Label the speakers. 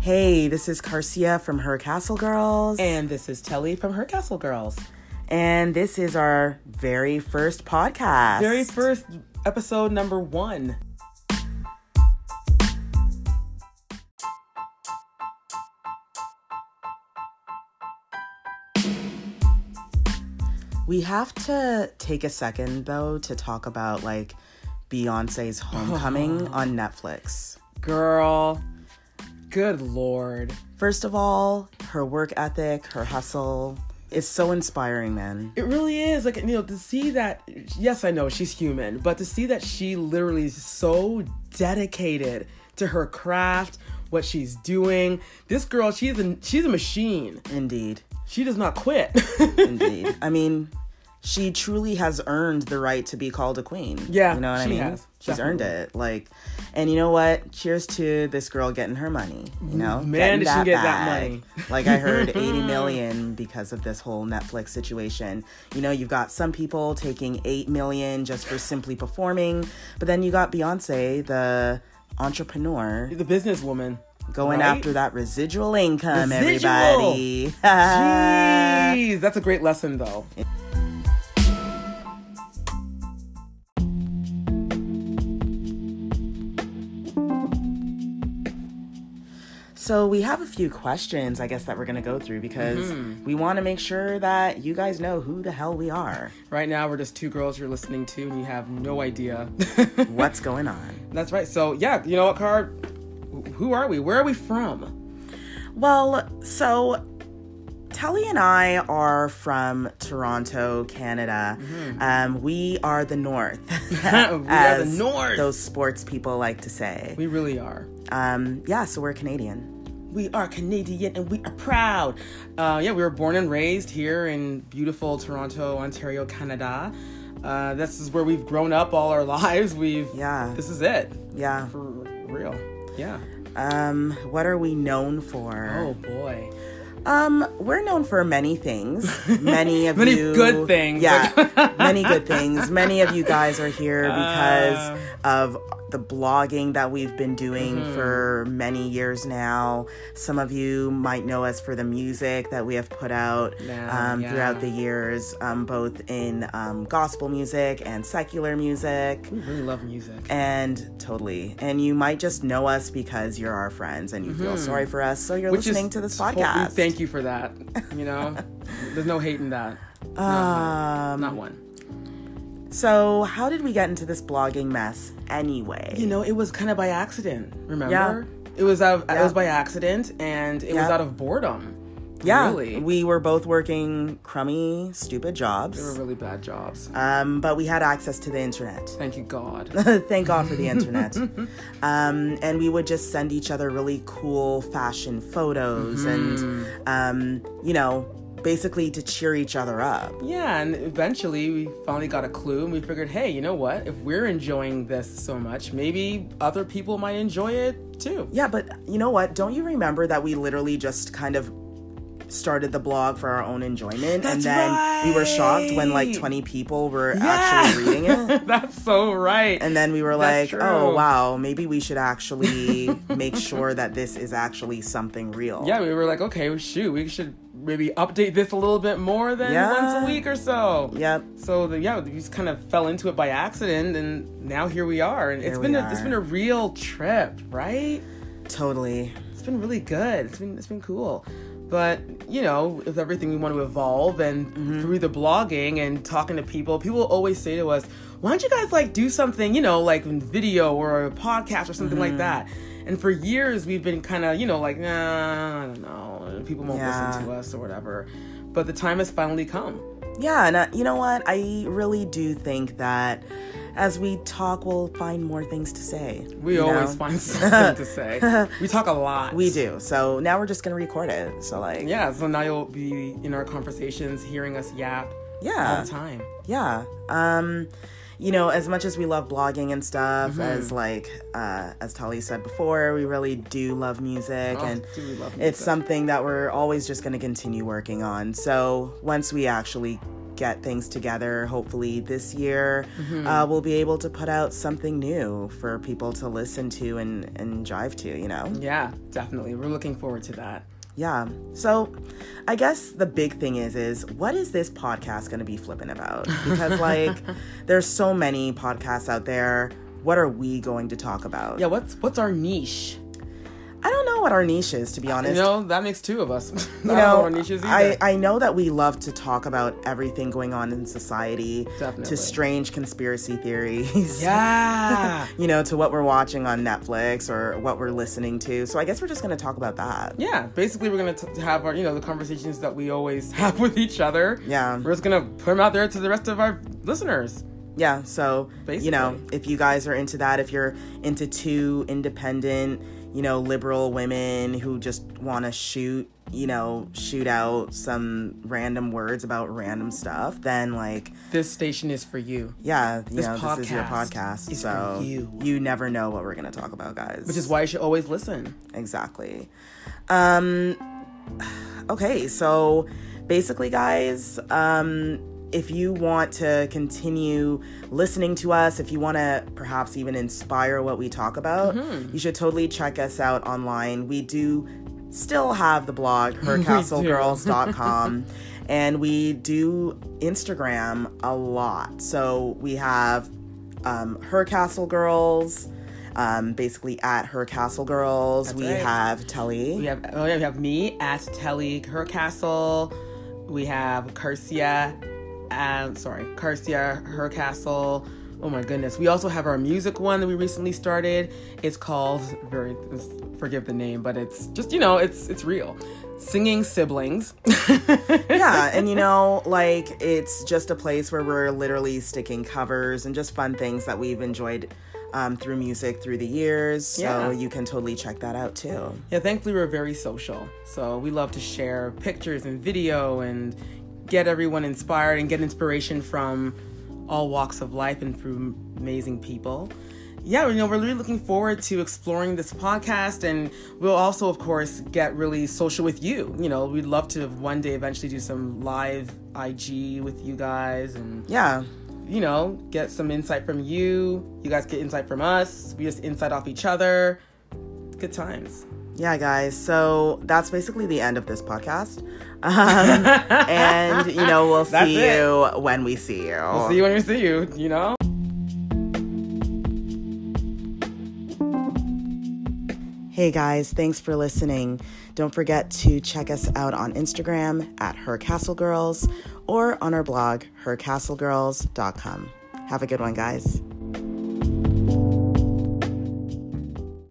Speaker 1: Hey, this is Carcia from Her Castle Girls.
Speaker 2: And this is Telly from Her Castle Girls.
Speaker 1: And this is our very first podcast.
Speaker 2: Very first episode number one.
Speaker 1: We have to take a second though to talk about like Beyonce's Homecoming on Netflix.
Speaker 2: Girl, good lord.
Speaker 1: First of all, her work ethic, her hustle is so inspiring, man.
Speaker 2: It really is. Like, you know, to see that, yes, I know she's human, but to see that she literally is so dedicated to her craft, what she's doing. This girl, she's a, she's a machine.
Speaker 1: Indeed.
Speaker 2: She does not quit.
Speaker 1: Indeed. I mean, she truly has earned the right to be called a queen.
Speaker 2: Yeah,
Speaker 1: You know what I
Speaker 2: she
Speaker 1: mean?
Speaker 2: has.
Speaker 1: She's
Speaker 2: Definitely.
Speaker 1: earned it. Like, and you know what? Cheers to this girl getting her money. You know? Getting
Speaker 2: Man, did she get that
Speaker 1: bag.
Speaker 2: money.
Speaker 1: like, I heard 80 million because of this whole Netflix situation. You know, you've got some people taking 8 million just for simply performing, but then you got Beyonce, the entrepreneur,
Speaker 2: the businesswoman.
Speaker 1: going
Speaker 2: right?
Speaker 1: after that residual income,
Speaker 2: Residual.
Speaker 1: everybody.
Speaker 2: Jeez, that's a great lesson though.
Speaker 1: So we have a few questions, I guess, that we're gonna go through because we want to make sure that you guys know who the hell we are,
Speaker 2: Right now, we're just two girls you're listening to, and you have no idea.
Speaker 1: what's going on.
Speaker 2: That's right. So, yeah, you know what, Card? Who are we? Where are we from?
Speaker 1: Well, so Telly and I are from Toronto, Canada. Um, we are the North, we
Speaker 2: are the North.
Speaker 1: Those sports people like to say.
Speaker 2: We really are.
Speaker 1: Um, yeah, so we're Canadian.
Speaker 2: We are Canadian and we are proud. Uh, yeah, we were born and raised here in beautiful Toronto, Ontario, Canada. Uh, this is where we've grown up all our lives. We've
Speaker 1: Yeah.
Speaker 2: This is it
Speaker 1: Yeah.
Speaker 2: for real. Yeah.
Speaker 1: Um, what are we known for?
Speaker 2: Oh boy.
Speaker 1: Um, we're known for many things. Many of
Speaker 2: Many
Speaker 1: you,
Speaker 2: good things.
Speaker 1: Yeah, many good things. Many of you guys are here
Speaker 2: Uh.
Speaker 1: because of the blogging that we've been doing
Speaker 2: Mm-hmm.
Speaker 1: for many years now. Some of you might know us for the music that we have put out
Speaker 2: Yeah,
Speaker 1: um,
Speaker 2: yeah.
Speaker 1: throughout the years, um, both in um, gospel music and secular music.
Speaker 2: We really love music.
Speaker 1: And totally. And you might just know us because you're our friends and you feel sorry for us. So you're
Speaker 2: Mm-hmm. Which
Speaker 1: listening
Speaker 2: is
Speaker 1: to this
Speaker 2: totally-
Speaker 1: podcast.
Speaker 2: Thank you for that. You know, there's no hate in that.
Speaker 1: Um,
Speaker 2: Not one.
Speaker 1: So, how did we get into this blogging mess anyway?
Speaker 2: You know, it was kind of by accident. Remember? It was out of, it was by accident, and it was
Speaker 1: Yeah.
Speaker 2: out of boredom.
Speaker 1: yeah,
Speaker 2: really.
Speaker 1: we were both working crummy, stupid
Speaker 2: They were
Speaker 1: jobs,
Speaker 2: really bad jobs.
Speaker 1: um, but we had access to the internet.
Speaker 2: Thank you, God.
Speaker 1: Thank God for the internet. um, and we would just send each other really cool fashion photos
Speaker 2: Hmm.
Speaker 1: and, um, you know, basically to cheer each other up.
Speaker 2: yeah, and eventually we finally got a clue, and we figured, hey, you know what? If we're enjoying this so much, maybe other people might enjoy it too.
Speaker 1: Yeah, but you know what? Don't you remember that we literally just kind of started the blog for our own enjoyment and
Speaker 2: That's
Speaker 1: then we were shocked when like
Speaker 2: right.
Speaker 1: 20 people were
Speaker 2: Yeah.
Speaker 1: actually reading it
Speaker 2: That's so right.
Speaker 1: and then we were like
Speaker 2: That's
Speaker 1: oh
Speaker 2: true.
Speaker 1: wow maybe we should actually make sure that this is actually something real
Speaker 2: yeah, we were like, okay, well, shoot, we should maybe update this a little bit more than
Speaker 1: Yeah.
Speaker 2: once a week or so.
Speaker 1: yep
Speaker 2: So the, yeah, we just kind of fell into it by accident, and now here we are. And it's
Speaker 1: Here
Speaker 2: been
Speaker 1: we
Speaker 2: a, it's
Speaker 1: are.
Speaker 2: been a real trip, right?
Speaker 1: totally
Speaker 2: It's been really good. It's been it's been cool. But you know, with everything we want to evolve, and
Speaker 1: Mm-hmm.
Speaker 2: through the blogging and talking to people, people always say to us, "Why don't you guys like do something? You know, like in video or a podcast or something
Speaker 1: Mm-hmm.
Speaker 2: like that." And for years, we've been kind of you know like, nah, I don't know, people won't
Speaker 1: Yeah.
Speaker 2: listen to us or whatever. But the time has finally come.
Speaker 1: yeah and uh, you know what i really do think that as we talk we'll find more things to say
Speaker 2: We
Speaker 1: you
Speaker 2: always
Speaker 1: know?
Speaker 2: find something to say. We talk a lot.
Speaker 1: we do so now we're just gonna record it so like
Speaker 2: Yeah, so now you'll be in our conversations hearing us yap all
Speaker 1: yeah
Speaker 2: the time.
Speaker 1: yeah um you know as much as we love blogging and stuff
Speaker 2: Mm-hmm.
Speaker 1: as like uh as tali said before we really do love music
Speaker 2: Oh,
Speaker 1: and
Speaker 2: do we love
Speaker 1: it's
Speaker 2: music.
Speaker 1: something that we're always just going to continue working on so once we actually get things together. Hopefully, this year
Speaker 2: Mm-hmm.
Speaker 1: uh, we'll be able to put out something new for people to listen to and, and jive to, you know?
Speaker 2: Yeah, definitely. We're looking forward to that.
Speaker 1: Yeah. So I guess the big thing is is what is this podcast going to be flipping about? Because like there's so many podcasts out there. What are we going to talk about?
Speaker 2: Yeah, what's what's our niche?
Speaker 1: I don't know what our niche is to be honest.
Speaker 2: You know, that makes two of us. I
Speaker 1: you
Speaker 2: don't know
Speaker 1: know,
Speaker 2: our niches
Speaker 1: I,
Speaker 2: either.
Speaker 1: I know that we love to talk about everything going on in society,
Speaker 2: Definitely.
Speaker 1: to strange conspiracy theories,
Speaker 2: yeah.
Speaker 1: you know, to what we're watching on Netflix or what we're listening to. So I guess we're just going to talk about that.
Speaker 2: Yeah, basically, we're gonna t- have our, you know, the conversations that we always have with each other.
Speaker 1: Yeah.
Speaker 2: We're just gonna put them out there to the rest of our listeners.
Speaker 1: Yeah, so you know,
Speaker 2: Basically.
Speaker 1: if you guys are into that, if you're into two independent, you know, liberal women who just want to shoot, you know, shoot out some random words about random stuff, then like,
Speaker 2: This station is for you,
Speaker 1: yeah, you know, this is your
Speaker 2: podcast
Speaker 1: podcast,
Speaker 2: is for
Speaker 1: so
Speaker 2: you.
Speaker 1: never know what we're gonna talk about, guys.
Speaker 2: which is why you should always listen.
Speaker 1: Exactly. Um okay, so basically guys, um if you want to continue listening to us, if you want to perhaps even inspire what we talk about, you should totally check us out online. We do still have the blog hercastlegirls.com and we do Instagram a lot. So we have um, her castle girls um, basically at her castle girls we
Speaker 2: right.
Speaker 1: have telly
Speaker 2: We have oh yeah, we have me at Telly Hercastle. We have Cursia, um, sorry, Cursia Hercastle. Oh my goodness. We also have our music one that we recently started. It's called very forgive the name, but it's just you know it's it's real. Singing siblings.
Speaker 1: yeah and you know like it's just a place where we're literally sticking covers and just fun things that we've enjoyed um, through music through the years so
Speaker 2: Yeah.
Speaker 1: you can totally check that out too
Speaker 2: Yeah, thankfully we're very social. So we love to share pictures and video and get everyone inspired and get inspiration from all walks of life and through amazing people. Yeah, you know, we're really looking forward to exploring this podcast and we'll also of course get really social with you. You know, we'd love to one day eventually do some live IG with you guys and
Speaker 1: yeah
Speaker 2: you know, get some insight from you. You guys get insight from us. We just insight off each other. Good times.
Speaker 1: yeah guys so that's basically the end of this podcast um, and you know we'll
Speaker 2: That's
Speaker 1: see
Speaker 2: it.
Speaker 1: you when we see you
Speaker 2: See you when we see you, you know?
Speaker 1: Hey guys, thanks for listening. Don't forget to check us out on Instagram at Her Castle Girls or on our blog, hercastlegirls.com. Have a good one, guys.